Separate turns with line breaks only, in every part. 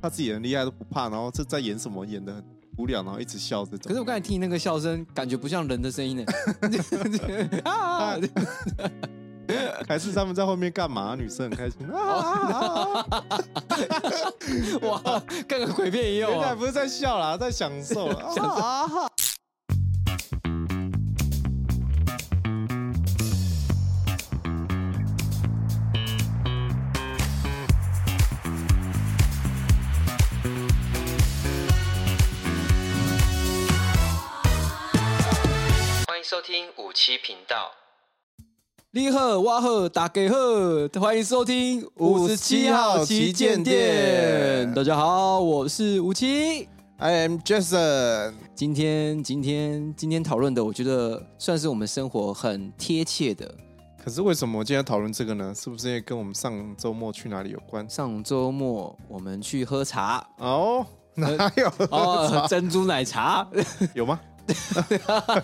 他自己人厉害都不怕，然后这在演什么演的无聊，然后一直笑这种。
可是我刚才听你那个笑声，感觉不像人的声音呢。 啊！
还是他们在后面干嘛？女生很开心啊！
哇，跟个鬼片一样
原来
哦。
不是在笑啦，在享受啊啦。
想说
欢迎收听五七频道。
你好，我好，大家好，欢迎收听57大家好，我是吴七。
I am Jason，
今天，今天，今天讨论的，我觉得算是我们生活很贴切的。
可是为什么今天讨论这个呢？是不是也跟我们上周末去哪里有关？
上周末我们去喝 茶，
哦，哪有？
哦，珍珠奶茶，
有 吗？不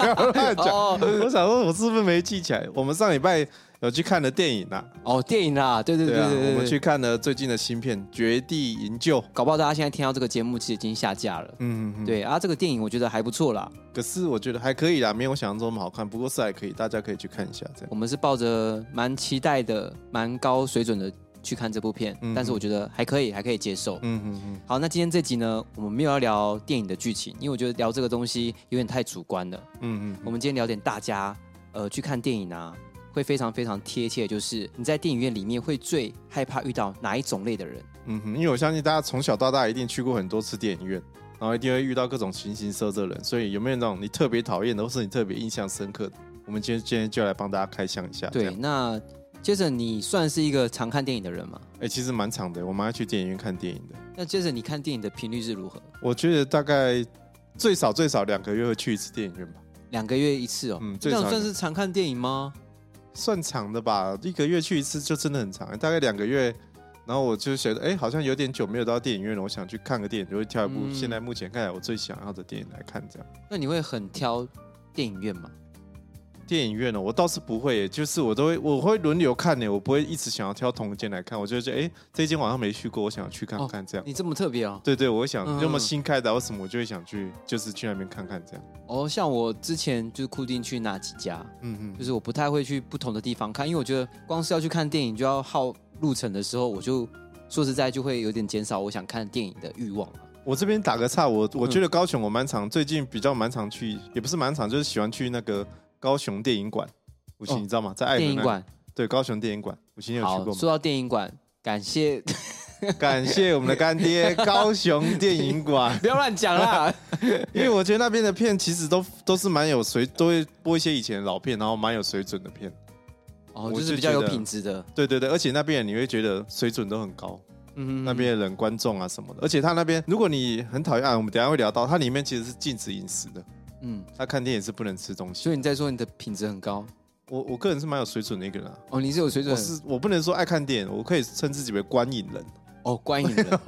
要乱讲！
哦
我想说，我是不是没记起来？我们上礼拜有去看了电影啊，
哦，电影啦，对对对
对啊
对，对，
我们
对
去看了最近的新片《绝地营救》。
搞不好大家现在听到这个节目，其实已经下架了。
嗯，嗯嗯
对啊，这个电影我觉得还不错啦。
可是我觉得还可以啦，没有我想象中那么好看，不过是还可以，大家可以去看一下。这样，
我们是抱着蛮期待的、蛮高水准的去看这部片，
嗯
但是我觉得还可以，还可以接受。
嗯嗯嗯，
好，那今天这集呢，我们没有要聊电影的剧情，因为我觉得聊这个东西有点太主观了。
嗯
我们今天聊点大家呃去看电影啊，会非常非常贴切，就是你在电影院里面会最害怕遇到哪一种类的人。
嗯哼，因为我相信大家从小到大一定去过很多次电影院，然后一定会遇到各种形形色色的人，所以有没有那种你特别讨厌的，或是你特别印象深刻的？我们今天今天就来帮大家开箱一下。啊这
对，
样，
那杰森，你算是一个常看电影的人吗？
哎、其实蛮长的，我蛮爱去电影院看电影的。
那杰森，你看电影的频率是如何？
我觉得大概最少最少两个月会去一次电影院吧，
两个月一次哦，
嗯最
这
少
样算是常看电影吗？
算长的吧，一个月去一次就真的很长，大概两个月。然后我就觉得，哎、好像有点久没有到电影院了，我想去看个电影，就会挑一部
嗯
现在目前看来我最想要的电影来看。这样，
那你会很挑电影院吗？
电影院呢，我倒是不会耶，就是我都会我会轮流看呢，我不会一直想要挑同一间来看，我就会觉得，哎、这一间晚上没去过，我想要去看看这样。
你这么特别哦。
对对，我会想，
嗯
要么新开的啊或什么，我就会想去，就是去那边看看这样。
哦，像我之前就是固定去哪几家，
嗯
就
嗯，
是我不太会去不同的地方看，因为我觉得光是要去看电影就要耗路程的时候，我就说实在就会有点减少我想看电影的欲望了。
我这边打个岔，我我
嗯
觉得高雄我蛮常，最近比较蛮常去，也不是蛮常，就是喜欢去那个高雄电影馆。五星、
哦
你知道吗？在爱
电
河
影
那
馆，
对高雄电影馆，五星啊你有去
好，
过吗？
说到电影馆，感谢
感谢我们的干爹高雄电影馆。
不要乱讲 啦。
因为我觉得那边的片其实都都是蛮有水，都会播一些以前的老片，然后蛮有水准的片。
哦，
我
就是
就
比较有
觉得
品质的，
对对对，而且那边你会觉得水准都很高，
嗯，
那边的人观众啊什么的。而且他那边，如果你很讨厌啊，我们等一下会聊到，它里面其实是禁止饮食的，
嗯，
他看电影是不能吃东西。
所以你在说你的品质很高
我我个人是蛮有水准的一个人、啊，
哦，你是有水准
我
的
是我不能说爱看电影，我可以称自己为观影人。
哦，观影 人，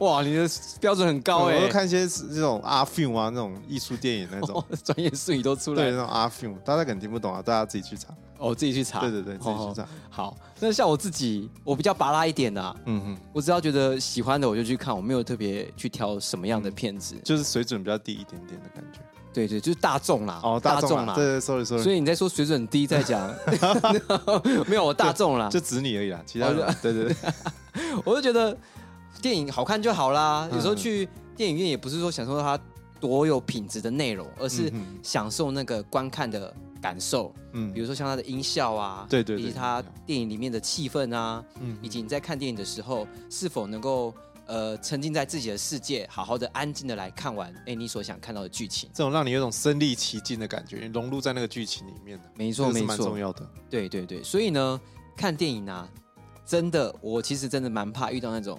哇，你的标准很高
我
哎
会，看一些这种阿 film 啊，那种艺术电影那种。
专业术语都出
对，
来
那种阿 film，大家可能听不懂啊，大家自己去查。
哦，自己去查，
对对对，自己去查
哦。好，那像我自己，我比较拔拉一点啊，
嗯哼。
我只要觉得喜欢的我就去看，我没有特别去挑什么样
嗯
的片子。
就是水准比较低一点点的感觉。
对对，就是大众啦，
哦，大众啦，对对，sorry
所
sorry，
以你在说水准低在讲， 没有我大众啦，
就指你而已啦，啊其他人
啊哦
对对对，
我就觉得电影好看就好啦。
嗯
有时候去电影院也不是说享受它多有品质的内容，而是
嗯哼
享受那个观看的感受。比
嗯
如说像它的音效啊，
对对对
以及它电影里面的气氛啊，
嗯
以及你在看电影的时候是否能够呃沉浸在自己的世界，好好的安静的来看完哎你所想看到的剧情。
这种让你有种身临其境的感觉，你融入在那个剧情里面的，
没
这
错
个是
没
蛮重
错，
要的。
对对对，所以呢，看电影啊，真的我其实真的蛮怕遇到那种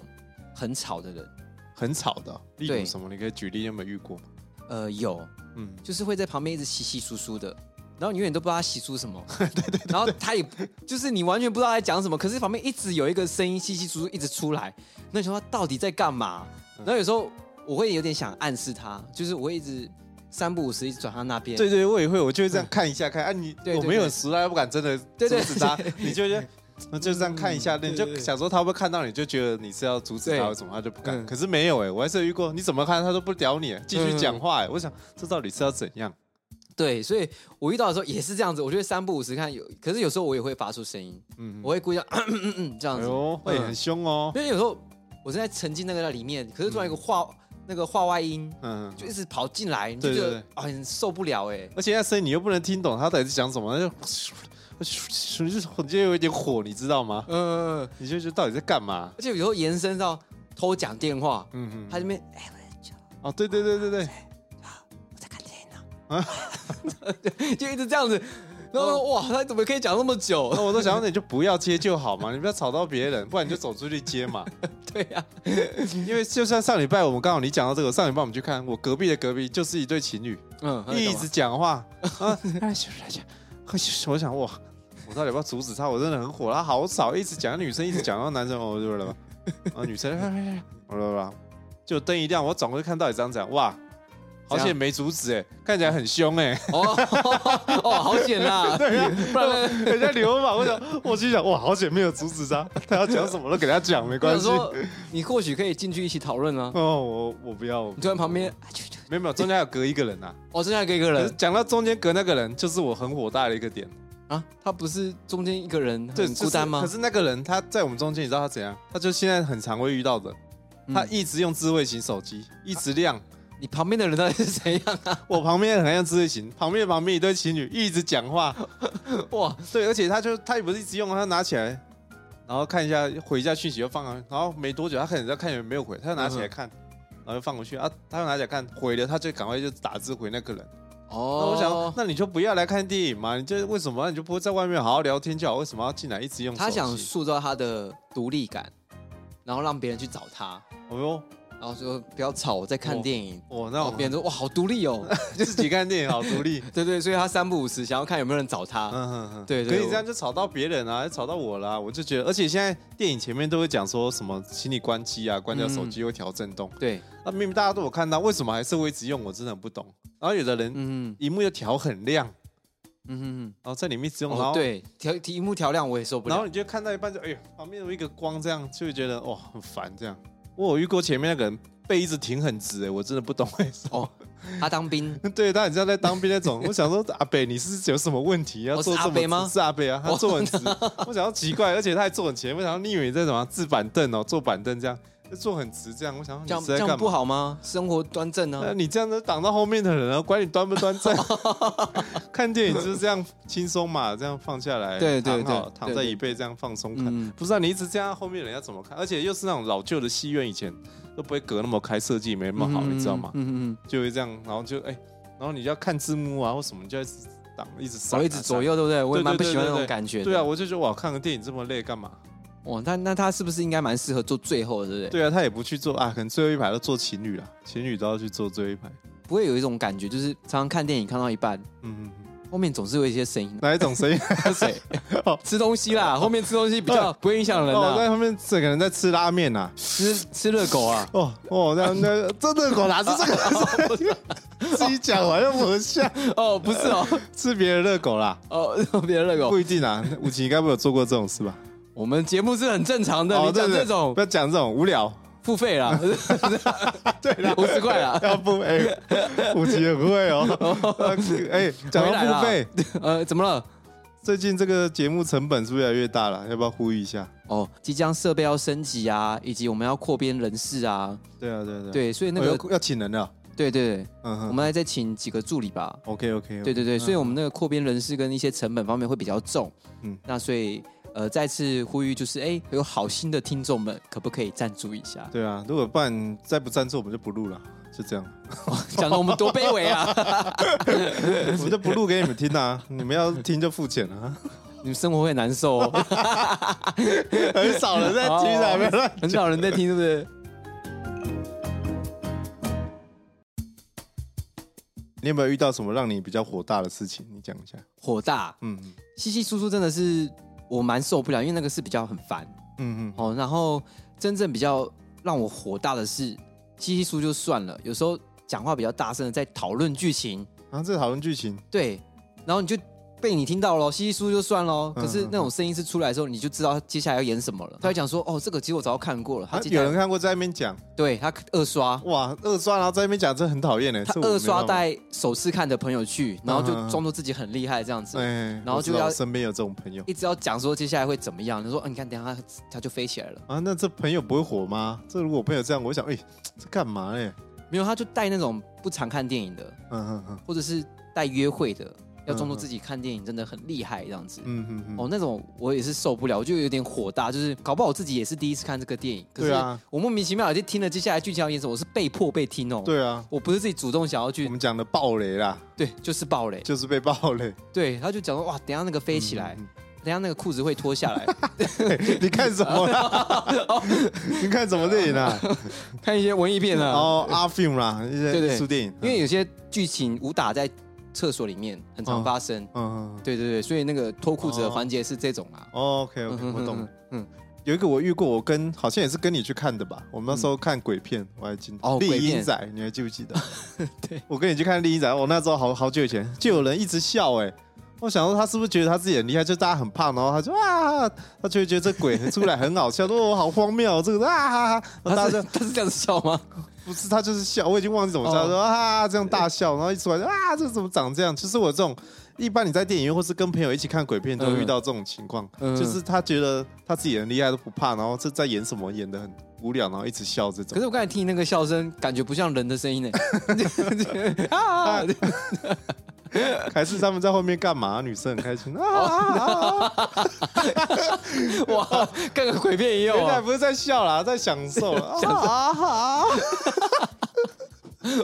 很吵的人。
很吵的哦，例如
对
什么？你可以举例，你有没有遇过？
呃，有，
嗯，
就是会在旁边一直稀稀疏疏的，然后你永远都不知道他稀疏 什么，对对对然后他也不就是你完全不知道他在讲什么，可是旁边一直有一个声音稀稀疏疏一直出来，那时候他到底在干嘛？
嗯
然后有时候我会有点想暗示他，就是我会一直三不五时一直转他那边，
对对，我也会，我就会这样看一下看啊，你
对对
我没有熟啊，又不敢真的
对
阻
对
止他，你就觉得那就这样看一下，
对
你就
对
想说他会不会看到你，就觉得你是要阻止他
对
或什么，他就不敢。
嗯
可是没有哎、我还是有遇过，你怎么看他都不屌你，继续讲话哎、我想这到底是要怎样？
对，所以我遇到的时候也是这样子，我觉得三不五时看有，可是有时候我也会发出声音，
嗯，
我会故意这样 这样
哎
子，
呦，会很凶哦。
因为有时候我正在沉浸那个在里面，可是突然一个话、那个话外音
嗯，
就一直跑进来，你就
对
觉
嗯对
得啊很受不了哎、
而且那声音你又不能听懂他到底是讲什么，那就就是我就有一点火，你知道吗？
嗯、呃，
你就觉得到底在干嘛？
而且有时候延伸到偷讲电话，
嗯嗯，
他这边 哎、
哦，对对对对对，
我在看电脑，就一直这样
哦
子，然后、哇他怎么可以讲那么久？
那我都想说你就不要接就好嘛，你不要吵到别人，不然你就走出去接嘛。
对呀、
因为就算上礼拜我们刚好你讲到这个，上礼拜我们去看我隔壁的隔壁就是一对情侣，
嗯，他在干
一
嘛
直讲话啊，哎咻咻咻我想哇，我到底要不要阻止他？我真的很火，他好吵，一直讲女生，一直讲到男生，哦对了，啊女生，好了啦，就灯一亮，我转过去看到底长怎样，哇，好
怎
险
样
没阻止哎、看起来很凶哎、
哦哦， 好险 啦！对
啊
呀、不然
人家流氓，我想我心想哇，好险没有阻止他，他要讲什么都给他讲，没
我
关
想
系。
说你或许可以进去一起讨论啊。
哦，我我不要，我
你突然 旁边，啊去去
没有没有，中间还有隔一个人啊。
哦，剩下一个一个
可是
人
讲到中间隔那个人，就是我很火大的一个点。
啊，他不是中间一个人
对，
很孤单吗？
就是可是那个人他在我们中间，你知道他怎样？他就现在很常会遇到的，他
嗯
一直用智慧型手机，一直亮。
你旁边的人到底是怎样啊？
我旁边很像智慧型，旁边旁边一对情侣一直讲话。
哇，
对，而且他就他也不是一直用，他拿起来，然后看一下回一下讯息就放上去，然后没多久他可能在看有没有回，他就拿起
嗯
来看。然后就放回去啊，他又拿起来看，回了他就赶快就打字回那个人。那
哦，
我想，那你就不要来看电影嘛，你就为什么你就不会在外面好好聊天就好？为什么要进来一直用手机？
他想塑造他的独立感，然后让别人去找他，
哦哟，
然后说不要吵，我在
哦
看电影。
我
然
那
后
我
别人说哇，好独立 哦，
自己看电影 好独立。
对对，所以他三不五时想要看有没有人找他。
嗯哼哼，
对
可
对
以这样就吵到别人啊，就吵到我啦、我就觉得，而且现在电影前面都会讲说什么，请你关机啊，关掉手机会调震动。
对，
那、明明大家都有看到，为什么还是会一直用？我真的很不懂。然后有的人
嗯
荧幕又调很亮，
嗯嗯
然后在里面一直
嗯，
用，然
哦
后、
对，调题目调亮我也受不
然后
了。
你就看到一半就哎呦，旁边有一个光这样，就会觉得哇很烦这样。我有遇过前面那个人背一直挺很直、哎，我真的不懂为什么。
哦，他当兵，
对他很像在当兵那种，我想说阿北你是有什么问题要
哦
做
是
这
阿
么
北
直？
吗
是阿北啊，他
哦
坐很直， 我想要奇怪，而且他还坐很前面，我想说你以为你在什么坐板凳哦，坐板凳这样，就坐很直这样，我想说
这样
你是在
这样
干
不
嘛？
好吗？生活端正啊
那
呢？
你这样子挡到后面的人啊，管你端不端 正。看电影就是这样轻松嘛，这样放下来，
对对
躺好
对
躺在
对对
椅背这样放松看。
嗯，
不知啊道你一直这样，后面人要怎么看？而且又是那种老旧的戏院，以前都不会隔那么开，设计没那么好，你知道吗？
嗯嗯嗯，
就会这样，然后就哎、然后你就要看字幕啊或什么，你就要一直挡，一直
我
扫，
哦一直左。右，对不对？我也蛮不喜欢那种感觉。
啊对啊，，我就觉得哇，看个电影这么累干嘛？
哇，那那他是不是应该蛮适合做最后的，对不对？
对啊，他也不去做啊，可能最后一排都做情侣啦，情侣都要去做最后一排。
不会有一种感觉，就是常常看电影看到一半，
嗯，嗯嗯，
后面总是有一些声音
哪一种 声音？
喝水、吃东 西啦，后面吃东西比较不会影响人
哦哦，我在
啦，
后面这个人在吃拉面呐。
吃吃热 狗啊，
哦哦，那那真的狗哦哪是这 个？ 自己讲完又不像，
哦，不是哦，
吃别人的狗啦。
哦， 别的热狗
不，一定啊，武奇应该没有做过这种事吧？
我们节目是很正常的，你讲
哦对对
这种
不要讲这种无 聊，
付费啦，对啦，五十块啦，
要不哎，武奇很会 哦。哎，讲
回来
到
啦
付费，
呃，怎么了？
最近这个节目成本是不是越来越大了？要不要呼吁一下？
哦，即将设备要升级啊，以及我们要扩编人事啊，
对啊，对啊，啊，
对，所以那
那
个，
个要请人了。
对对对，
嗯哼，
我们来再请几个助理吧，
OK OK，
对对对，所以我们那个扩编人事跟一些成本方面会比较重。
嗯
嗯，那所以呃，再次呼吁就是，哎，有好心的听众们，可不可以赞助一下？
对啊，如果不然再不赞助我们就不录了，就这样，
讲的我们多卑微啊！
我们就不录给你们听啊，你们要听就付钱啊，
你们生活会难受、 哦，
很少人在听啊，
哦
没有乱
很少人在听，是不是？
你有没有遇到什么让你比较火大的事情？你讲一下。
火大，
嗯
稀稀疏疏真的是我蛮受不了，因为那个是比较很烦
嗯嗯
哦。然后真正比较让我火大的是，稀稀疏就算了，有时候讲话比较大声的在讨论剧情，
嗯，啊，这讨论剧情，
对，然后你就被你听到了，稀稀疏疏就算喽。
嗯
可是那种声音是出来的时候，你就知道他接下来要演什么了。他会讲说，哦，这个其实我早就看过了。他
啊
接下
有人
来
看过在那边讲，
对他二刷，
哇，二刷然后在那边讲，真的很讨厌哎。
他
这我
二
没
刷
办法，
带首次看的朋友去，然后就
嗯嗯嗯
装作自己很厉害这样子。
哎，
然后
我知
就
道
要
我身边有这种朋友
一直要讲说接下来会怎么样，他说：“啊，你看，等一下他他就飞起来了。
啊，那这朋友不会火吗？这如果我朋友这样，我会想，哎，这干嘛嘞？”
没有，他就带那种不常看电影的，
嗯嗯嗯
或者是带约会的，要装
嗯
作
嗯
自己看电影真的很厉害这样子。
嗯嗯嗯，
哦，那种我也是受不了，我就有点火大，就是搞不好我自己也是第一次看这个电影，可
对
是
啊
我莫名其妙就听了接下来剧情要演什么，我是被迫被听哦，，
对嗯啊，
我不是自己主动想要
我
去，
们讲的暴雷啦，
对，就是暴雷，
就是被暴雷
对，他就讲说哇，等一下那个飞起来，
嗯
等一下那个裤子会脱 下来，
嗯嗯你看什么啦？ 你看什么电影啊？
看一些文艺片啊，
然后阿 film 啦，一
对
些
对
艺术电影，
因为有些剧情武打在厕所里面很常发生，
嗯嗯
对对对，所以那个脱裤子的环节是这种啊，
，OK 哦 OK，
嗯
我懂了。，
嗯嗯，
有一个我遇过，我跟好像也是跟你去看的吧？我们那时候看鬼片，我还记得。
哦
丽
鬼片
英仔，你还记不记得？
对，
我跟你去看丽英仔，哦我那时候好好久以前，就有人一直笑哎、我想说他是不是觉得他自己很厉害？就大家很胖，然后他就啊，他就会觉得这鬼出来很好笑，说哦好荒谬哦，这个啊哈哈，然后大
他是
家就
他是这样子笑吗？
不是他就是笑，我已经忘记怎么笑，
哦
说啊这样大笑，然后一出来就啊这怎么长这样？就是我这种一般你在电影院或是跟朋友一起看鬼片都会遇到这种情况，
嗯
就是他觉得他自己很厉害都不怕，然后这在演什么演的很无聊，然后一直笑这
可
种。
是我刚才听你那个笑声，感觉不像人的声音呢。 啊！
还是他们在后面干嘛？女生很开心啊啊！啊啊
哇，跟个鬼片一样
原来
啊！
不是在笑啦，在享受了。啊啊！啊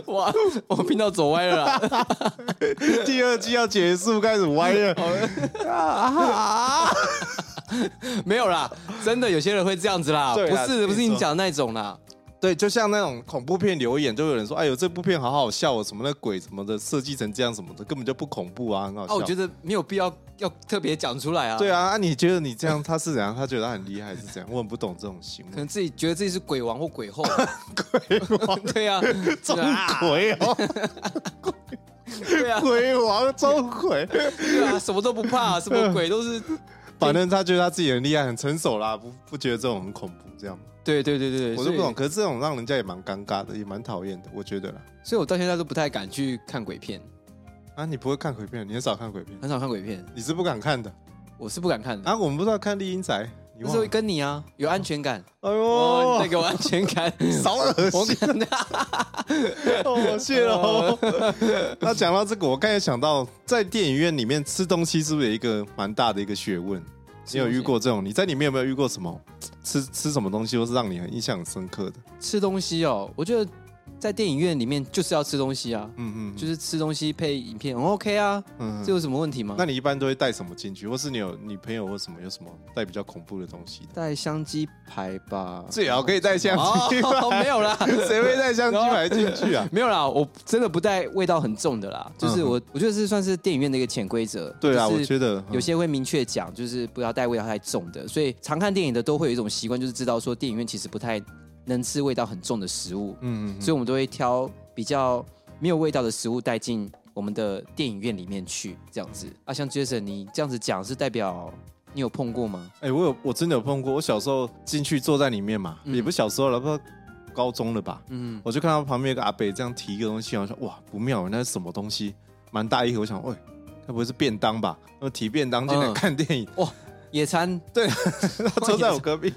哇，我频道走歪了 啦。
第二季要结束，开始歪了。啊啊！
没有啦，真的有些人会这样子啦，
对
不
啦
是不是
没错
你讲那种啦。
对，就像那种恐怖片留言，就有人说：“哎呦，这部片好好笑哦，什么那鬼什么的，设计成这样什么的，根本就不恐怖啊，很好笑。”
啊，我觉得没有必要要特别讲出来啊。
对
啊，
啊，啊，你觉得你这样他是怎样？他觉得他很厉害是怎样？我很不懂这种行
可
为。
能自己觉得自己是鬼王或鬼 后。 对啊，
钟
对啊
馗哦，
对啊，
鬼王钟 馗，
对啊，什么都不怕，什么鬼都是。
反正他觉得他自己很厉害，很成熟啦，不不觉得这种很恐怖这样。
对对对对，对
我就不
所
懂，
以。
可是这种让人家也蛮尴尬的，也蛮讨厌的，我觉得啦。
所以我到现在都不太敢去看鬼片，
啊，你不会看鬼片，你很少看鬼片，
很少看鬼片，
你是不敢看的。
我是不敢看的。
啊，我们不知道看《丽英仔》，你
那
忘
时候
了？
跟你啊，有安全感。
哎
哦，
呦
那，个安全 感，
少恶
我
心
跟他
哦，谢喽。呃那讲到这个，我刚才想到，在电影院里面吃东西是不是有一个蛮大的一个学问？你有遇过这种？你在里面有没有遇过什么吃吃什么东西，或是让你很印象很深刻的？
吃东西哦。我觉得在电影院里面就是要吃东西啊，
嗯嗯，
就是是吃东西配影片，很 OK 啊，
嗯
这有什么问题吗
那？你一般都会带什么进去，或是你有你朋友或什么有什么带比较恐怖的东西的？
带香鸡排吧，
最好可以带香鸡
啊哦，
排，
没有啦，
谁会带香鸡排进去啊？
没有啦，我真的不带味道很重的啦，就是我，我觉得是算是电影院的一个潜规则。
嗯对啊，
就
我
是
觉得
有些会明确讲，就是不要带味道太重的，所以常看电影的都会有一种习惯，就是知道说电影院其实不太能吃味道很重的食物。
嗯嗯
所以我们都会挑比较没有味道的食物带进我们的电影院里面去，这样子。啊，像 Jason，你这样子讲是代表你有碰过吗？
哎、我有我真的有碰过，我小时候进去坐在里面嘛，
嗯
也不小时候了，不知道高中了吧，
嗯，
我就看到旁边有个阿伯这样提一个东西，我说哇不妙，那是什么东西？蛮大一盒，我想，喂、该不会是便当吧？我提便当进来
嗯
看电影，
野餐
他坐在我隔 壁，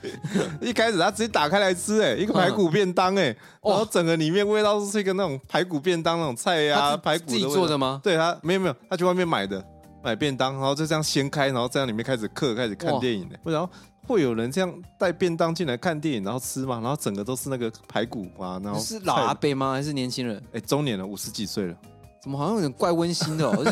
一开始他直接打开来吃、哎，一个排骨便当、哎、
嗯哇
然后整个里面味道是一个那种排骨便当那种菜呀、
他
啊排
自
骨
自己
味
做
道
的吗？
对他没有没有，他去外面买的，买便当，然后就这样掀开，然后在里面开始嗑，开始看
哇
电影的。然后会有人这样带便当进来看电影，然后吃嘛，然后整个都是那个排骨啊，然后
是老
菜
阿伯吗？还是年轻人？
哎中年了，五十几岁了，
怎么好像有点怪温馨的、哦， 就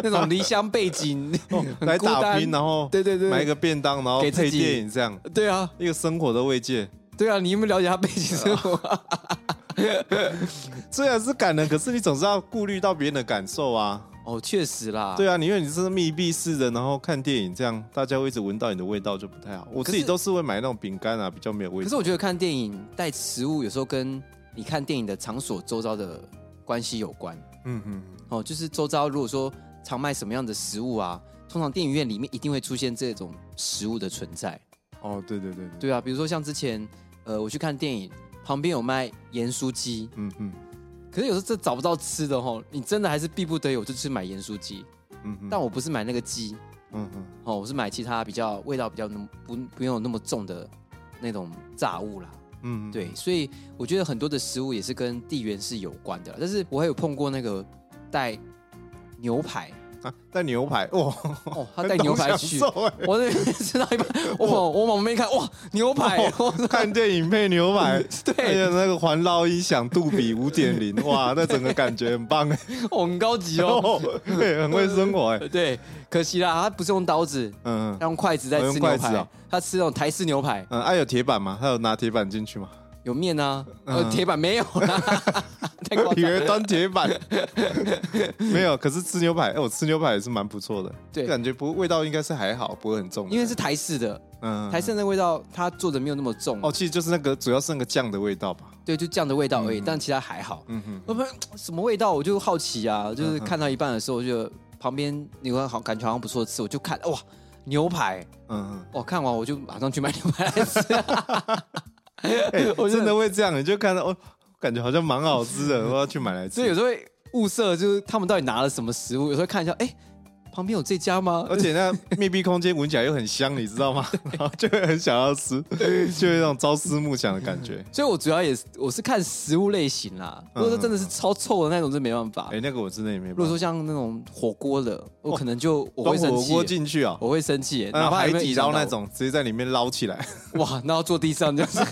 那种离乡背景，很
哦来
孤单
打拼，然后
对对对，
买一个便当，然后
给自
配
己
电影这样。
对啊，
一个生活的慰藉，
对啊，你有没有了解他背景生活？
啊虽然是感人，可是你总是要顾虑到别人的感受啊。
哦，确实啦，
对啊，你因为你是密闭式的，然后看电影这样，大家会一直闻到你的味道就不太好。我
可
自
是
己都是会买那种饼干啊，比较没有味
可
道
是。我觉得看电影带食物，有时候跟你看电影的场所周遭的关系有关
嗯嗯嗯，
哦。就是周遭如果说常卖什么样的食物啊，通常电影院里面一定会出现这种食物的存在。
哦，对对对对，
对啊，比如说像之前，呃，我去看电影，旁边有卖盐酥鸡，
嗯嗯
可是有时候这找不到吃的吼，你真的还是逼不得已，我就去买盐酥鸡。
嗯嗯，
但我不是买那个鸡
嗯嗯
哦，我是买其他比较味道比较那么不不用有那么重的那种炸物啦。
嗯，嗯，
对，所以我觉得很多的食物也是跟地缘是有关的啦。但是我还有碰过那个带牛 排，
啊带牛排哦，
哦，他带牛排
很，懂享
去
受欸
我那边吃到一半，我我往旁边一看，哇，牛排， 我说
哦看电影配牛排，还
对，
有那个环绕音响杜比五点零，哇，那整个感觉很棒哎，
哦很高级哦。呃
哦，对，很会生 活哎，
对，可惜啦，他不是用刀子，
嗯
他用筷子在
哦
吃
用
牛
筷子
排，
哦
他吃那种台式牛排，
嗯，还有铁板吗？他有拿铁板进去吗？
有面啊，呃，
嗯
铁板没有啦， 太夸
以
张
为
哎了。
端铁板，没有。可是吃牛排，哎，我吃牛排也是蛮不错的，
对
感觉不味道应该是还好，不会很重的，
因为是台式的，
嗯
台式的那味道它做的没有那么重，
哦，其实就是那个主要是那个酱的味道吧，
对，就酱的味道而已，但其他还好。
嗯哼，
我不什么味道，我就好奇啊，
嗯
就是看到一半的时候，我就旁边牛排好感觉好像不错吃，我就看哇牛排，
嗯
我哦看完我就马上去买牛排来吃、
哼， 哎，
我
我
真的
真的会这样，你就看到哦，感觉好像蛮好吃的，我要去买来
所以有
吃。
时候会物色，就是他们到底拿了什么食物，有时候看一下，哎、旁边有这家吗？
而且那密闭空间闻起来又很香，你知道 吗？然后就会很想要吃，就有一种朝思暮想的感 觉。
所以我主要也是我是看食物类型啦。如果说真的是超臭的那种，就没办法。
嗯哎，那个我真的也没
如果
办法
说。像那种火锅的，我可能就我
端
会生
火锅
气，
进去啊，
我会生气耶，哪
嗯
怕
海
有没有
底
影响
捞
到
那
我
种，直接在里面捞起来。
哇，然后坐地上就是，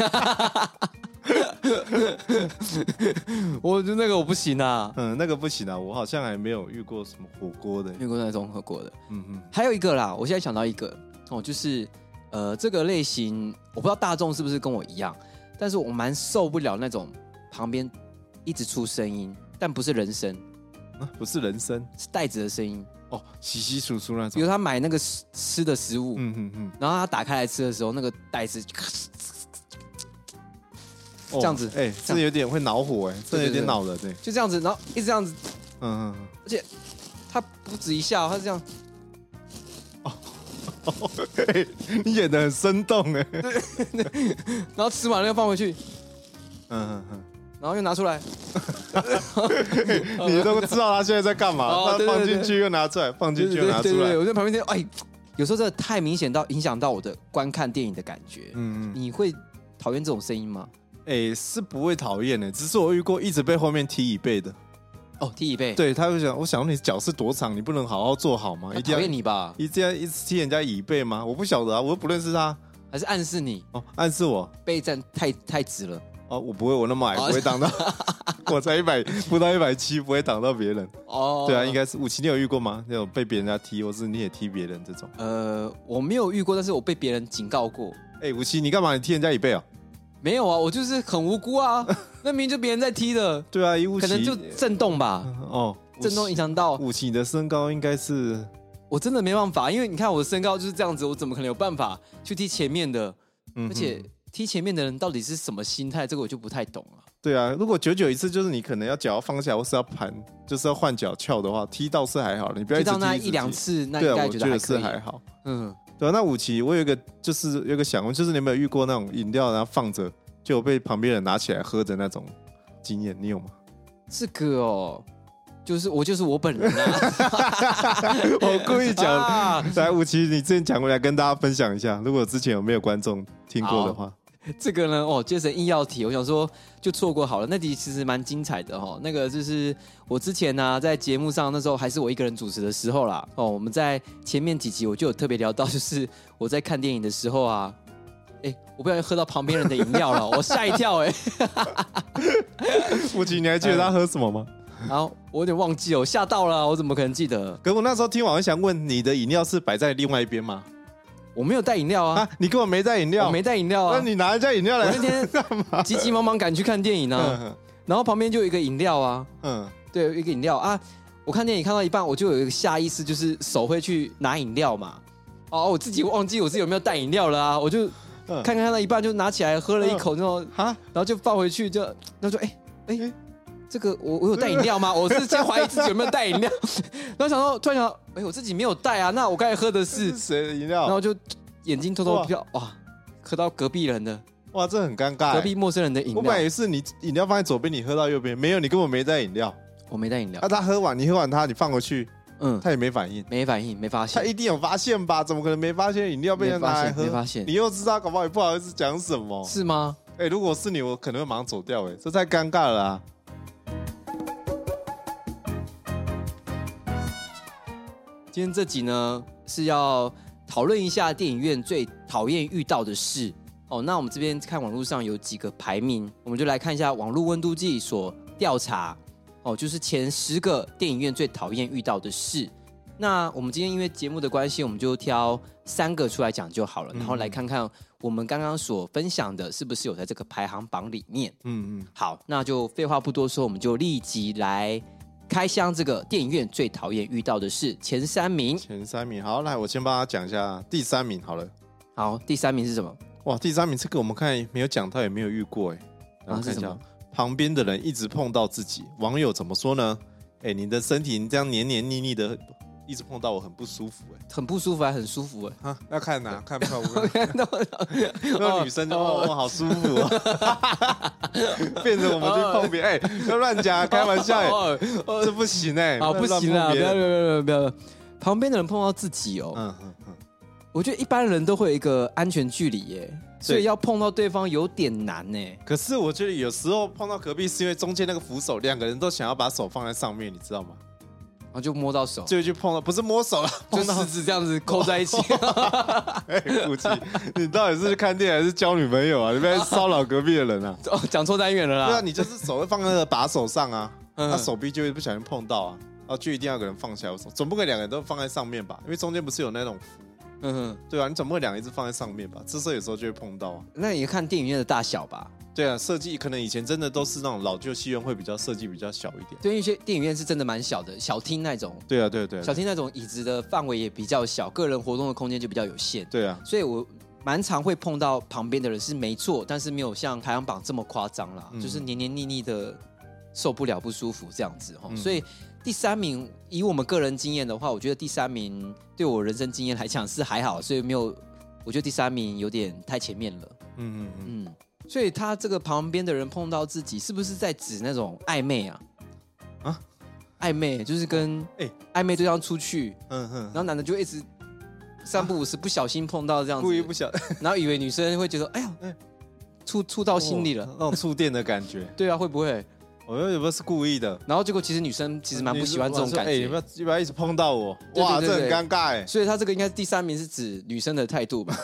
我就那个我不行啊，
嗯，那个不行啊，我好像还没有遇过什么火锅的。
遇过那种喝过的。
嗯嗯
还有一个啦，我现在想到一个哦，就是呃，这个类型我不知道大众是不是跟我一样，但是我蛮受不了那种旁边一直出声音，但不是人声，
啊不是人参
是袋子的声音。
哦，稀稀疏疏那
比
种。
如他买那个吃吃的食物，
嗯嗯嗯，
然后他打开来吃的时候，那个袋子
哦
这样子
哎，
这样
这有点会恼火，哎，
对
这
对
有点恼的，对，
就这样子，然后一直这样子，
嗯嗯
他不止一下哦，他是这样。
嗯， 嘿嘿你演的很生动，哎，嗯
然后吃完了又放回去，
嗯嗯。
然后又拿出来，
你都知道他现在在干嘛，
哦
他
对对
放
对
进去又拿出来，放进去又拿
对
出
对
来
对，。我在旁边听，哎，有时候真的太明显到影响到我的观看电影的感觉。
嗯嗯，
你会讨厌这种声音吗？
哎，是不会讨厌的，只是我遇过一直被后面踢椅背的。
哦，踢椅背，，
对，他会想，我想你脚是多长，你不能好好坐好吗？
他
一定
讨
要
厌你吧？
一定要一直踢人家椅背吗？我不晓得啊，我又不认识他。
还是暗示你
哦，暗示我
背站太太直了？
哦，我不会，我那么矮，
哦
不会挡 到，我才一百，不到一百七，不会挡到别人。
哦，
对啊，应。该是武奇，你有遇过吗？那种被别人家踢，或是你也踢别人这种？
呃，我没有遇过，但是我被别人警告过。
哎，武奇，你干嘛？你踢人家椅背哦？没
没有啊，我就是很无辜 啊，那明明就别人在踢的，
对啊，一武
可
奇
能就震动吧，
哦，武
震
奇
动影响到
武奇，你的身高应该是
我真的没办法，因为你看我的身高就是这样子，我怎么可能有办法去踢前面的？
嗯哼
而且踢前面的人到底是什么心态，这个我就不太懂了。
对啊，如果九九一次，就是你可能要脚要放下，或是要盘，就是要换脚翘的话，踢到是还好，你不要
踢
一直
到那
直
一两
踢，
次，那
对
应
啊，
该
我
觉
觉
得还
得
可
是
以。
还好。
嗯，
对、啊，那武奇，我有一个就是有一个想问，就是你有没有遇过那种饮料然后放着，就被旁边人拿起来喝的那种经验？你有 吗？
这个哦，就是我就是我本 人啊。
我故意讲。
啊
来，武奇，你之前讲过来跟大家分享一下，如果之前有没有观众听过的话，
这个呢，哦，杰森硬要提，我想说就错过好了。那集其实蛮精彩的哦。那个就是我之前呢、在节目上那时候还是我一个人主持的时候啦。哦，我们在前面几集我就有特别聊到， 就是我在看电影的时候啊，哎，我不小心喝到旁边人的饮 料了，我吓一跳哎、
武奇，你还记得他喝什么吗？
然后我有点忘记了，我吓到了，我怎么可能记得？
可我那时候听完，我想问你的饮料是摆在另外一边吗？
我没有带饮料啊，
啊，你根本没带饮料，
我没带饮料啊。
那你拿人家饮料
我
来
那天急急忙忙赶去看电影啊，
嗯
然后旁边就有一个饮料啊，
嗯，
对，有一个饮料啊。我看电影看到一半，我就有一个下意识，就是手会去拿饮料嘛。哦，我自己忘记我自己有没有带饮料了啊，我就
嗯
看看看到一半就拿起来喝了一口，之后
哈，
然后就放回去，就然后就哎哎、这个我我有带饮料吗？我是先怀疑自己有没有带饮料，然后想说突然想到，哎、我自己没有带啊，那我刚才喝的是
是，谁的饮
然
料？
后就眼睛偷偷瞟，哇，喝到隔壁人的
哇，这很尴尬欸。
隔壁陌生人的饮
我本来
料，
也是你饮料放在左边，你喝到右边，没有，你根本没带饮料。
我没带饮料
啊，，他喝完，你喝完他，你放回去，
嗯，
他也没反应，
没反应，没发
他
现，
一定有发现吧？怎么可能没发现饮料被
没
人拿
发
来
现，
喝
没？发现，
你又知道，搞不好也不好意思讲什么。
是吗？
哎、如果是你，我可能会马上走掉、哎，这太尴尬了啊！
今天这集呢是要讨论一下电影院最讨厌遇到的事哦。那我们这边看网络上有几个排名，我们就来看一下网络温度计所调查哦，就是前十个电影院最讨厌遇到的事。那我们今天因为节目的关系，我们就挑三个出来讲就好了，然后来看看我们刚刚所分享的是不是有在这个排行榜里面。
嗯嗯，
好，那就废话不多说，我们就立即来开箱这个电影院最讨厌遇到的事前三名。
嗯前三名，好，来，我先帮他讲一下第三名好了。
好，第三名是什么？
哇，第三名这个我们看没有讲到，也没有遇过哎、然后看一下、
啊是什么
旁边的人一直碰到自己，网友怎么说呢？哎、你的身体这样黏黏腻腻的，一直碰到我很不舒服哎、
很不舒服，还很舒服哎。
啊，要看哪？看票 那
那
女生就哦，哇好舒服哦， 变成我们去碰别人，哎、不要乱讲啊，开玩笑哎、
哦哦
这不行哎、
哦，不行
乱碰
啦，不
别
要不
人
要不要不要！不要旁边的人碰到自己哦，
嗯嗯嗯，
我觉得一般人都会有一个安全距离耶，所以要碰到对方有点难呢。
可是我觉得有时候碰到隔壁是因为中间那个扶手，两个人都想要把手放在上面，你知道吗？
然后就摸到手，
就去碰到，不是摸 手了，
就
碰到
食指这样子扣在 一起。
哎，估计 你到底是去看电影还是交女朋友啊？你 被骚扰隔壁的人啊？
哦，讲错单元了
对啊，
啦。
你就是手会放在那个把手上啊，
嗯
那手臂就会不小心碰到啊，然后就一定要有个人放下来手，总不可能两个人都放在上面吧？因为中间不是有那种扶，
嗯，
对啊，你总不会两个一直放在上面吧？这时候有时候就会碰到啊。
那你看电影院的大小吧。
对啊，设计可能以前真的都是那种老旧戏院会比较设计比较小一点。
对，因为一些电影院是真的蛮小的，小厅那种，
对啊，对啊对啊对
小
啊，
厅那种椅子的范围也比较小，个人活动的空间就比较有限，
对啊，
所以我蛮常会碰到旁边的人是没错，但是没有像排行榜这么夸张啦，
嗯
就是黏黏腻腻的，受不了不舒服这样子哈、
嗯
所以第三名，以我们个人经验的话，我觉得第三名对我人生经验来讲是还好，所以没有，我觉得第三名有点太前面了，
嗯嗯嗯，
嗯。所以他这个旁边的人碰到自己，是不是在指那种暧昧啊？
啊
啊，暧昧就是跟
哎
暧昧对象出去，
嗯嗯
然后男的就一直三不五时不小心碰到这样
嗯，啊
子，
故意不想
然后以为女生会觉得哎呀
哎，
触触到心里了，
那种触电的感觉，
对啊，会不会？
我又不是故意的。
然后结果其实女生其实蛮不喜欢这种感
哎，你
觉
不，要你不要一直碰到我，
对
哇，
对
这很
对
尴尬哎。
所以他这个应该第三名是指女生的态度 吧，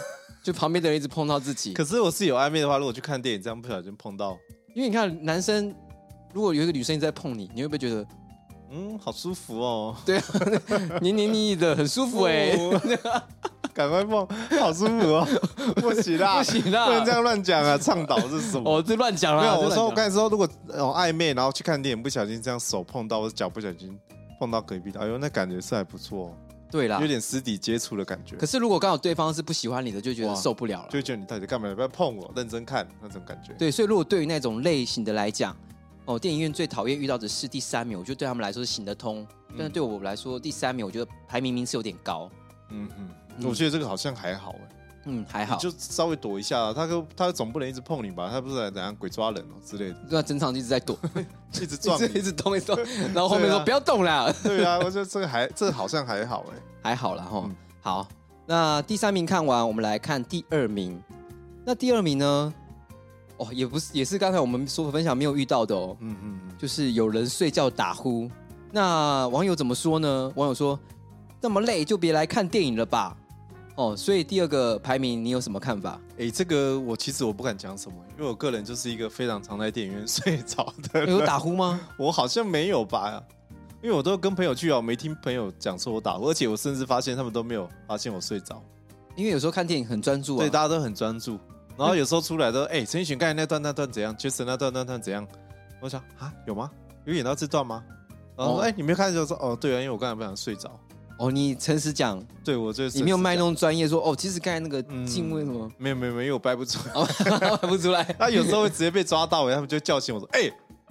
就旁边的人一直碰到自己，
可是我是有暧昧的话，如果去看电影，这样不小心碰到，
因为你看男生。如果有一个女生一直在碰你，你会不 会觉得
嗯，好舒服哦，
对啊，黏黏腻腻的，很舒服哎、
哦， 赶快碰，好舒服哦，不行啦，
不行啦
不能这样乱讲啊，倡导这是什么？
哦，这乱讲啦！
没有，
这
我
乱
说我
讲
刚才说，如果哦暧昧，然后去看电影，不小心这样手碰到或者脚不小心碰到隔壁的，哎呦，那感觉是还不错
对
哦，
啦
有，点私底接触的感觉
可，是如果刚好啊对方是不喜欢你的，就觉
哇
得受不了了。
就觉得你到底在干嘛？你不要碰我，认真看那种感觉。
对，所以如果对于那种类型的来讲，哦，电影院最讨厌遇到的是第三名，我觉得对他们来说是行得通，但是对我来说，第三名我觉得排名名次有点高。
嗯嗯，我觉得这个好像还好哎。
嗯，还
你
好，
就稍微躲一下啊，他可他总不能一直碰你吧？他不是来怎样鬼抓人哦之类的，
那整场就一直在躲，
一直
一
撞
直
你。
一直动一直动，然后后面说、
对啊
不要动啦，
对啊，我觉得这个还这好像还好哎、
还好啦哈。
嗯
好，那第三名看完，我们来看第二名。那第二名呢？哦，也不是，也是刚才我们所分享没有遇到的哦。
嗯嗯嗯，
就是有人睡觉打呼。那网友怎么说呢？网友说：“那么累就别来看电影了吧。”哦，所以第二个排名你有什么 看法？
哎、这个我其实我不敢讲什么，因为我个人就是一个非常常在电影院睡着的人。
有打呼吗？
我好像没有吧，因为我都跟朋友去啊，我没听朋友讲说我打呼，而且我甚至发现他们都没有发现我睡着，
因为有时候看电影很专注啊。
对，大家都很专注。然后有时候出来都哎，陈奕迅刚才那段那段怎样，杰森那段那段怎样？我想啊，有吗？有演到这段吗？然后
哦
哎、你没有看的时候说哦，对啊，因为我刚才不想睡着。
哦，你诚实讲，
对我就是
你没有卖
弄，
弄专业说哦，其实刚才那个
嗯
敬畏什么，
没有没有没有，我掰不出来。
哦，看不出来。
他有时候会直接被抓到，他们就叫醒我说：“哎、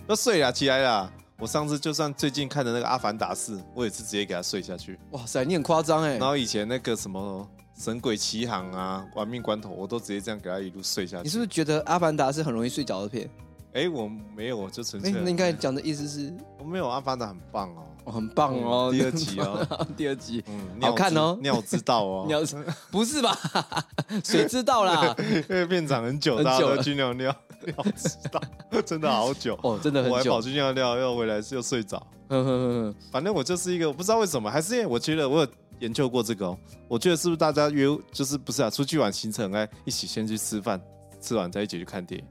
要睡啦，起来啦！我上次就算最近看的那个《阿凡达四》，我也是直接给他睡下去。
哇塞，你很夸张哎
然！后以前那个什么《神鬼奇航》啊，《玩命关头》，我都直接这样给他一路睡下
你
去。
是不是觉得《阿凡达》是很容易睡着的片？
哎、我没有，我就纯
哎、
粹、
那应该讲的意思是，
我没有《阿凡达》很棒哦。
哦、很棒哦，
第二集哦，
第二集，
嗯，
好看哦
你要知道 哦，
你要是不是吧？ 谁知道 啦？
因为片场很久，
很久
大家都
了
去尿尿，尿知道，真的好久。
哦，真的
我
很
还
久
跑，去尿尿，又回来又睡着。
哼哼哼哼
反正我就是一个，我不知道为什么，还是因为我觉得我有研究过这个、哦。我觉得是不是大家约就是不是啊？出去玩行程哎，一起先去吃饭，吃完再一起去看电影，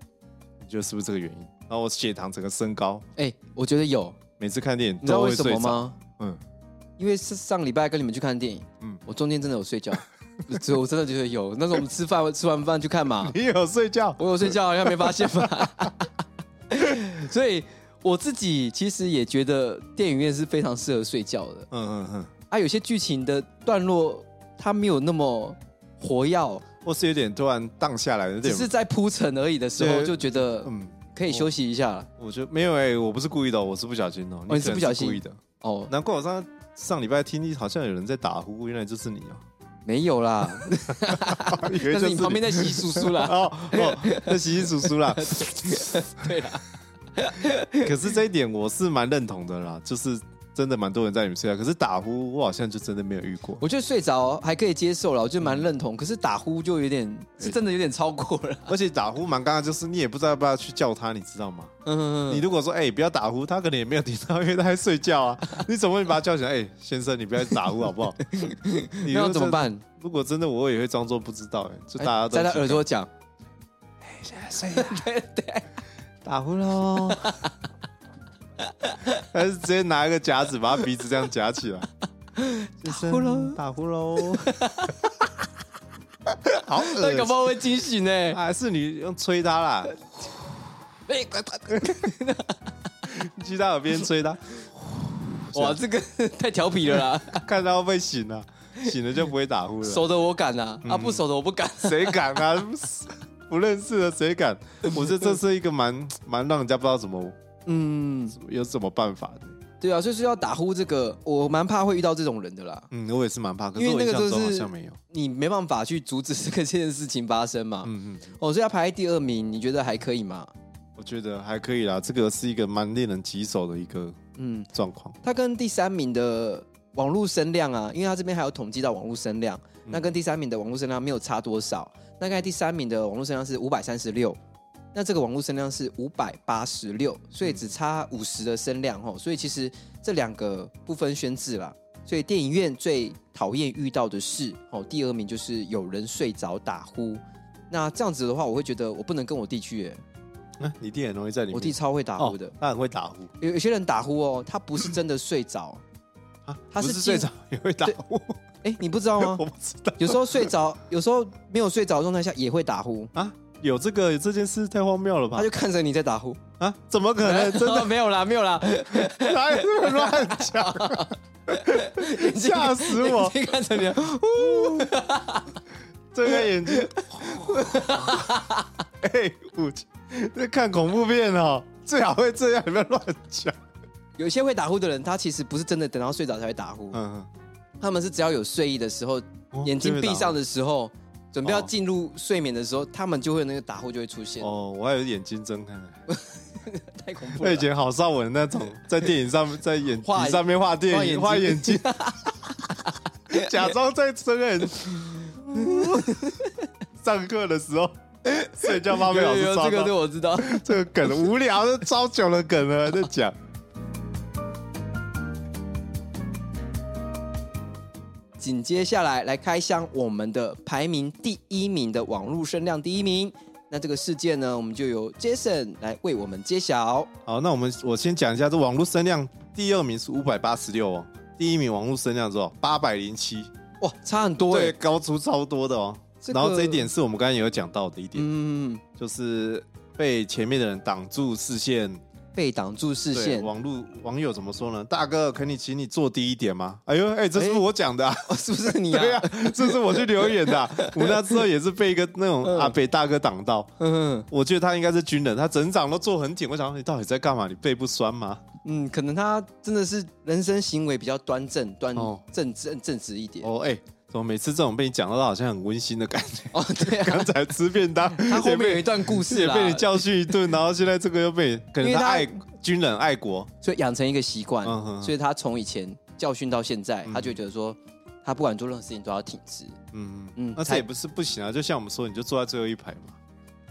你觉得是不是这个原因？然后我血糖整个升高，
哎、我觉得有，
每次看电影
你知道
都
为
会
什
睡
么
着。
吗？
嗯，
因为是上礼拜跟你们去看电影，
嗯
嗯，我中间真的有 睡觉，所以我真的觉得有。那时候我们吃饭，吃完饭去看嘛，
你有睡觉？
我有睡觉，人家没发现吧？ 所以我自己其实也觉得电影院是非常适合睡觉的。
嗯嗯嗯，
啊，有些剧情的段落它没有那么活跃，
我是有点突然荡下来的，有
只
点
是在铺陈而已的时候，
对
就觉得
嗯，
可以休息一下了。
我觉得没有哎、我不是故意的哦，我是不小心哦。
哦你是
可能
不小心
故意的，
哦，
难怪我上上礼拜听好像有人在打呼，原来就是你 哦。
没有 啦，
以为就
但
是
你旁边在洗叔叔啦。
哦哦，那洗洗叔叔啦。
对啦，
可是这一点我是蛮认同的啦，就是真的蛮多人在里面睡觉，可是打呼我好像就真的没有遇过，
我觉得睡着还可以接受了，我就蛮认同。可是打呼就有点，是真的有点超过了。
而且打呼蛮尴尬，就是你也不知道要不要去叫他，你知道吗？
嗯，
你如果说哎、不要打呼，他可能也没有听到，因为他在睡觉啊。你怎么会把他叫起来？哎、先生，你不要打呼好不好？ 你
那要怎么？办？
如果真的我也会装作不知道、哎，就大家都
在他耳朵 讲，
打呼喽。 还是直接拿一个夹子把他鼻子这样夹起 来。打
呼喽
打呼喽。 好恶
那哎搞不
心！
好会惊醒呢。
还是你用吹他啦，
哎，快快！
你去他耳边吹他，
哇，这 个太调皮了 啦，
看他会不会醒啊？醒了就不会打呼了。
熟的我敢啊，啊不熟的我不 敢。
谁敢啊？ 不认识的谁敢？我觉得这是一个蛮蛮让人家不知道怎么
嗯，
有什么办法的。
对啊，所以说要打呼这个，我蛮怕会遇到这种人的啦。
嗯，我也是蛮怕，可是
因
我
为那
印
个
象
就
中
是
好像没有。
你没办法去阻止这个 这件事情发生嘛。
嗯嗯，
哦，所以要排第二名，你觉得还可以吗？
我觉得还可以啦，这个是一个蛮令人棘手的一个
嗯，
状况。
它跟第三名的网络声量啊，因为它这边还有统计到网络声量，那跟第三名的网络声量没有差多少。那刚才第三名的网络声量是五百三十六，那这个网络声量是五百八十六，所以只差五十的声量哦。所以其实这两个不分轩制啦。所以电影院最讨厌遇到的事哦，第二名就是有人睡着打呼。那这样子的话，我会觉得我不能跟我弟去、耶
啊你弟很容易在里面，
我弟超会打呼的。
哦，他很会打呼
有有些人打呼哦，他不是真的睡着，
啊，
他
不
是
是
进
睡着也会打呼，
哎、你不知道吗
我？不知道
有时候睡着，有时候没有睡着的状态下也会打呼，
啊，有这个这件事太荒谬了吧
他？就看着你在 打呼。
啊，怎么可能？真的
没有啦，没有啦，
哪有这么乱讲？ 吓死我！
你看着你，
睁开眼睛，哎、我去，在看恐怖片哦，最好会这样，不要乱讲。
有些会打呼的人，他其实不是真的等到睡着才会打呼，
嗯，
他们是只要有睡意的时候，眼睛闭上
的。
的时候，准备要
哦
进入睡眠的时候，他们就会有那个打呼就会出现，
哦，哎我还有眼睛睁开。
太恐怖
我
了
以。前郝邵文那 种，在电影上面，在眼
画
皮上面画电影，画
画
眼
眼
睛， 假装在睁眼。上课的时候，睡觉方面老
有
师
有
抓到
这个对我知道，
这个梗无聊，这超久的梗了，还在讲。
紧接下来来开箱我们的排名第一名的网络声量第一名。那这个事件呢，我们就由 Jason 来为我们揭晓。
好，那我们我先讲一下这网络声量，第二名是五百八十六哦，第一名网络声量是八百零七，
哇，差很多
对，
哎。
高出超多的哦。
这个
然后这一点是我们刚才也有讲到的一点，
嗯，
就是被前面的人挡住视线，
被挡住视
对，
线。
网络网友怎么说呢？大哥，可你请你坐低一点吗？哎呦，哎，这是不是我讲的、啊，
哦， 是不是 你
对
啊
啊？，这是我去留言 的啊、我那之后也是被一个那种阿北大哥挡到，
嗯
我觉得他应该是军人，他整场都坐很挺。我想说你到底在干嘛？你背不酸吗？
嗯，可能他真的是人生行为比较端正、端
哦
正正正直一点。
哦，哎、怎么每次这种被你讲到，好像很温馨的感觉？
哦，对啊，
刚才吃便当，
他后
也
面
被
有一段故事
也
啦，
被你教训一顿，然后现在这个又被，可能
因为
他
他
爱军人爱国，
所以养成一个习惯
嗯哼，
所以他从以前教训到现在，他就觉得说，他不管做任何事情都要挺直。
嗯嗯
嗯，
那这
才
也不是不行啊。就像我们说，你就坐在最后一排嘛，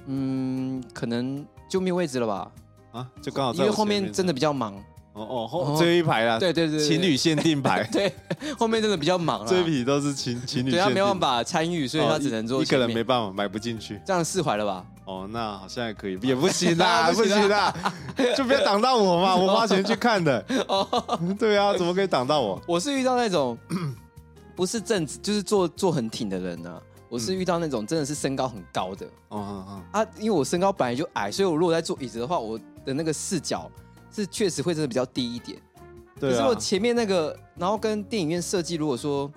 嗯，可能就没有位置了吧，
啊，就刚好在
因为
我
后
前
面真的比较忙。
哦哦后
哦
最后一排啦，
对对对，对，
情侣限定牌
对，后面真的比较 忙
这
了。
批都是情情侣限定，
对他没办法参与，所以
哦
他只能做
一一个
前
人
面
没办法买不进去。
这样释怀了吧？
哦，那好像也 可以，也不行啦，不
不
行
行啊哦
啦， 就别挡到我嘛，我花钱去看的。 对啊，怎么可以挡到我？
我是遇到那种 不是正直，就是坐坐很挺的人啊。我是遇到那种真的是身高很高的
哦哦哦，
啊，因为我身高本来就矮，所以我如果在坐椅子的话，我的那个视角是确实会真的比较低一点。可
对
是
啊
我，前面那个，然后跟电影院设计，如果说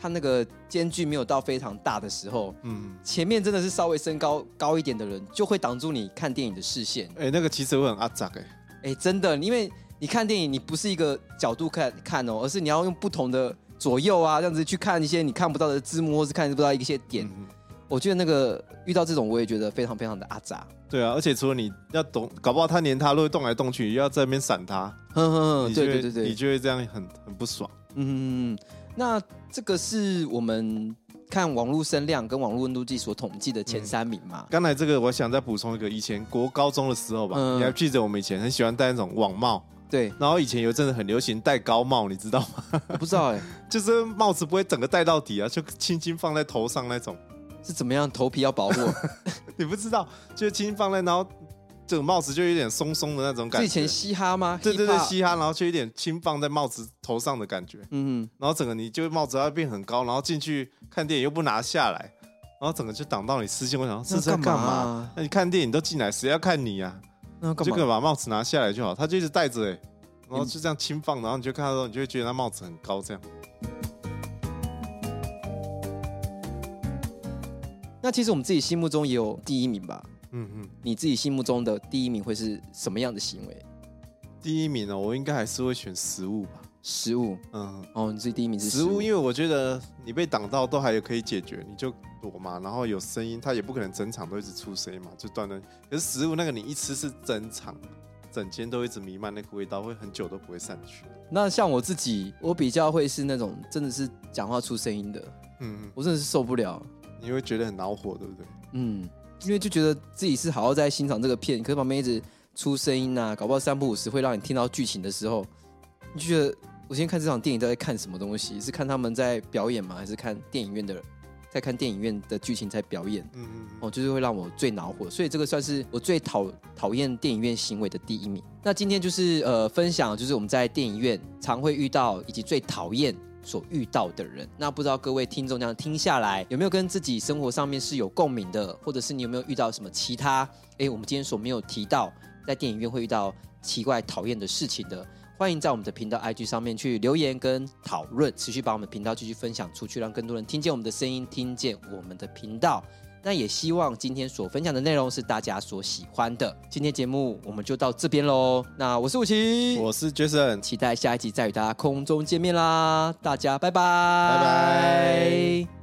它那个间距没有到非常大的时候，
嗯，
前面真的是稍微身高高一点的人，就会挡住你看电影的视线。
哎，那个其实我很阿杂哎，
哎，真的，因为你看电影，你不是一个角度看看哦，而是你要用不同的左右啊，这样子去看一些你看不到的字幕，或是看不到一些点。
嗯
我觉得那个遇到这种，我也觉得非常非常的阿杂。
对啊，而且除了你要懂，搞不好他连他都会动来动去，又要在那边闪他，
哼哼
你
哼，
就
对
会
嗯对对
你
对，
就会这样很很不爽。
嗯，那这个是我们看网络声量跟网络温度计所统计的
嗯
前三名嘛？
刚才这个我想再补充一个，以前国高中的时候吧，
嗯
你还记得我们以前很喜欢戴那种网帽，
对，
然后以前有一阵子很流行戴高帽，你知道吗？
我不知道哎、
就是帽子不会整个戴到底啊，就轻轻放在头上那种。
是怎么样头皮要保护？
你不知道，就是轻轻放在，然后这种帽子就有点松松的那种感
是
觉。
以前嘻哈吗？
对对对，
hip hop
嘻哈，然后就有点轻放在帽子头上的感觉，
嗯，
然后整个你就帽子要变很高，然后进去看电影又不拿下来，然后整个就挡到你视线。我想说这
那
是在
干
干
嘛
嘛
啊？
那你看电影都进来，谁要看你呀、
那要
啊？
干
就可以
嘛？
把帽子拿下来就好。他就一直戴着哎、然后就这样轻放，然后你就看到，你就会觉得他帽子很高这样。
那其实我们自己心目中也有第一名吧？
嗯嗯。
你自己心目中的第一名会是什么样的行为？
第一名呢、哦我应该还是会选食物吧。
食物
嗯，
哦，你自己第一名是
食
食
物，
物，
因为我觉得你被挡到都还有可以解决，你就躲嘛，然后有声音，它也不可能整场都一直出声音嘛，就断断。可是食物那个你一吃是整场，整间都一直弥漫那个味道，会很久都不会散去。
那像我自己，我比较会是那种真的是讲话出声音的，
嗯，
我真的是受不了。
你会觉得很恼火，对不对？
嗯，因为就觉得自己是好好在欣赏这个片，可是旁边一直出声音啊，搞不好三不五时会让你听到剧情的时候，你就觉得我今天看这场电影到底在看什么东西？是看他们在表演吗？还是看电影院的人在看电影院的剧情在表演？
嗯
哦，就是会让我最恼火，所以这个算是我最讨讨厌电影院行为的第一名。那今天就是呃分享，就是我们在电影院常会遇到以及最讨厌所遇到的人。那不知道各位听众这样听下来，有没有跟自己生活上面是有共鸣的，或者是你有没有遇到什么其他诶我们今天所没有提到，在电影院会遇到奇怪讨厌的事情的？欢迎在我们的频道 IG 上面去留言跟讨论，持续把我们的频道继续分享出去，让更多人听见我们的声音，听见我们的频道。那也希望今天所分享的内容是大家所喜欢的。今天节目我们就到这边喽。那我是武奇，
我是 Jason，
期待下一集再与大家空中见面啦！大家拜拜，
拜拜。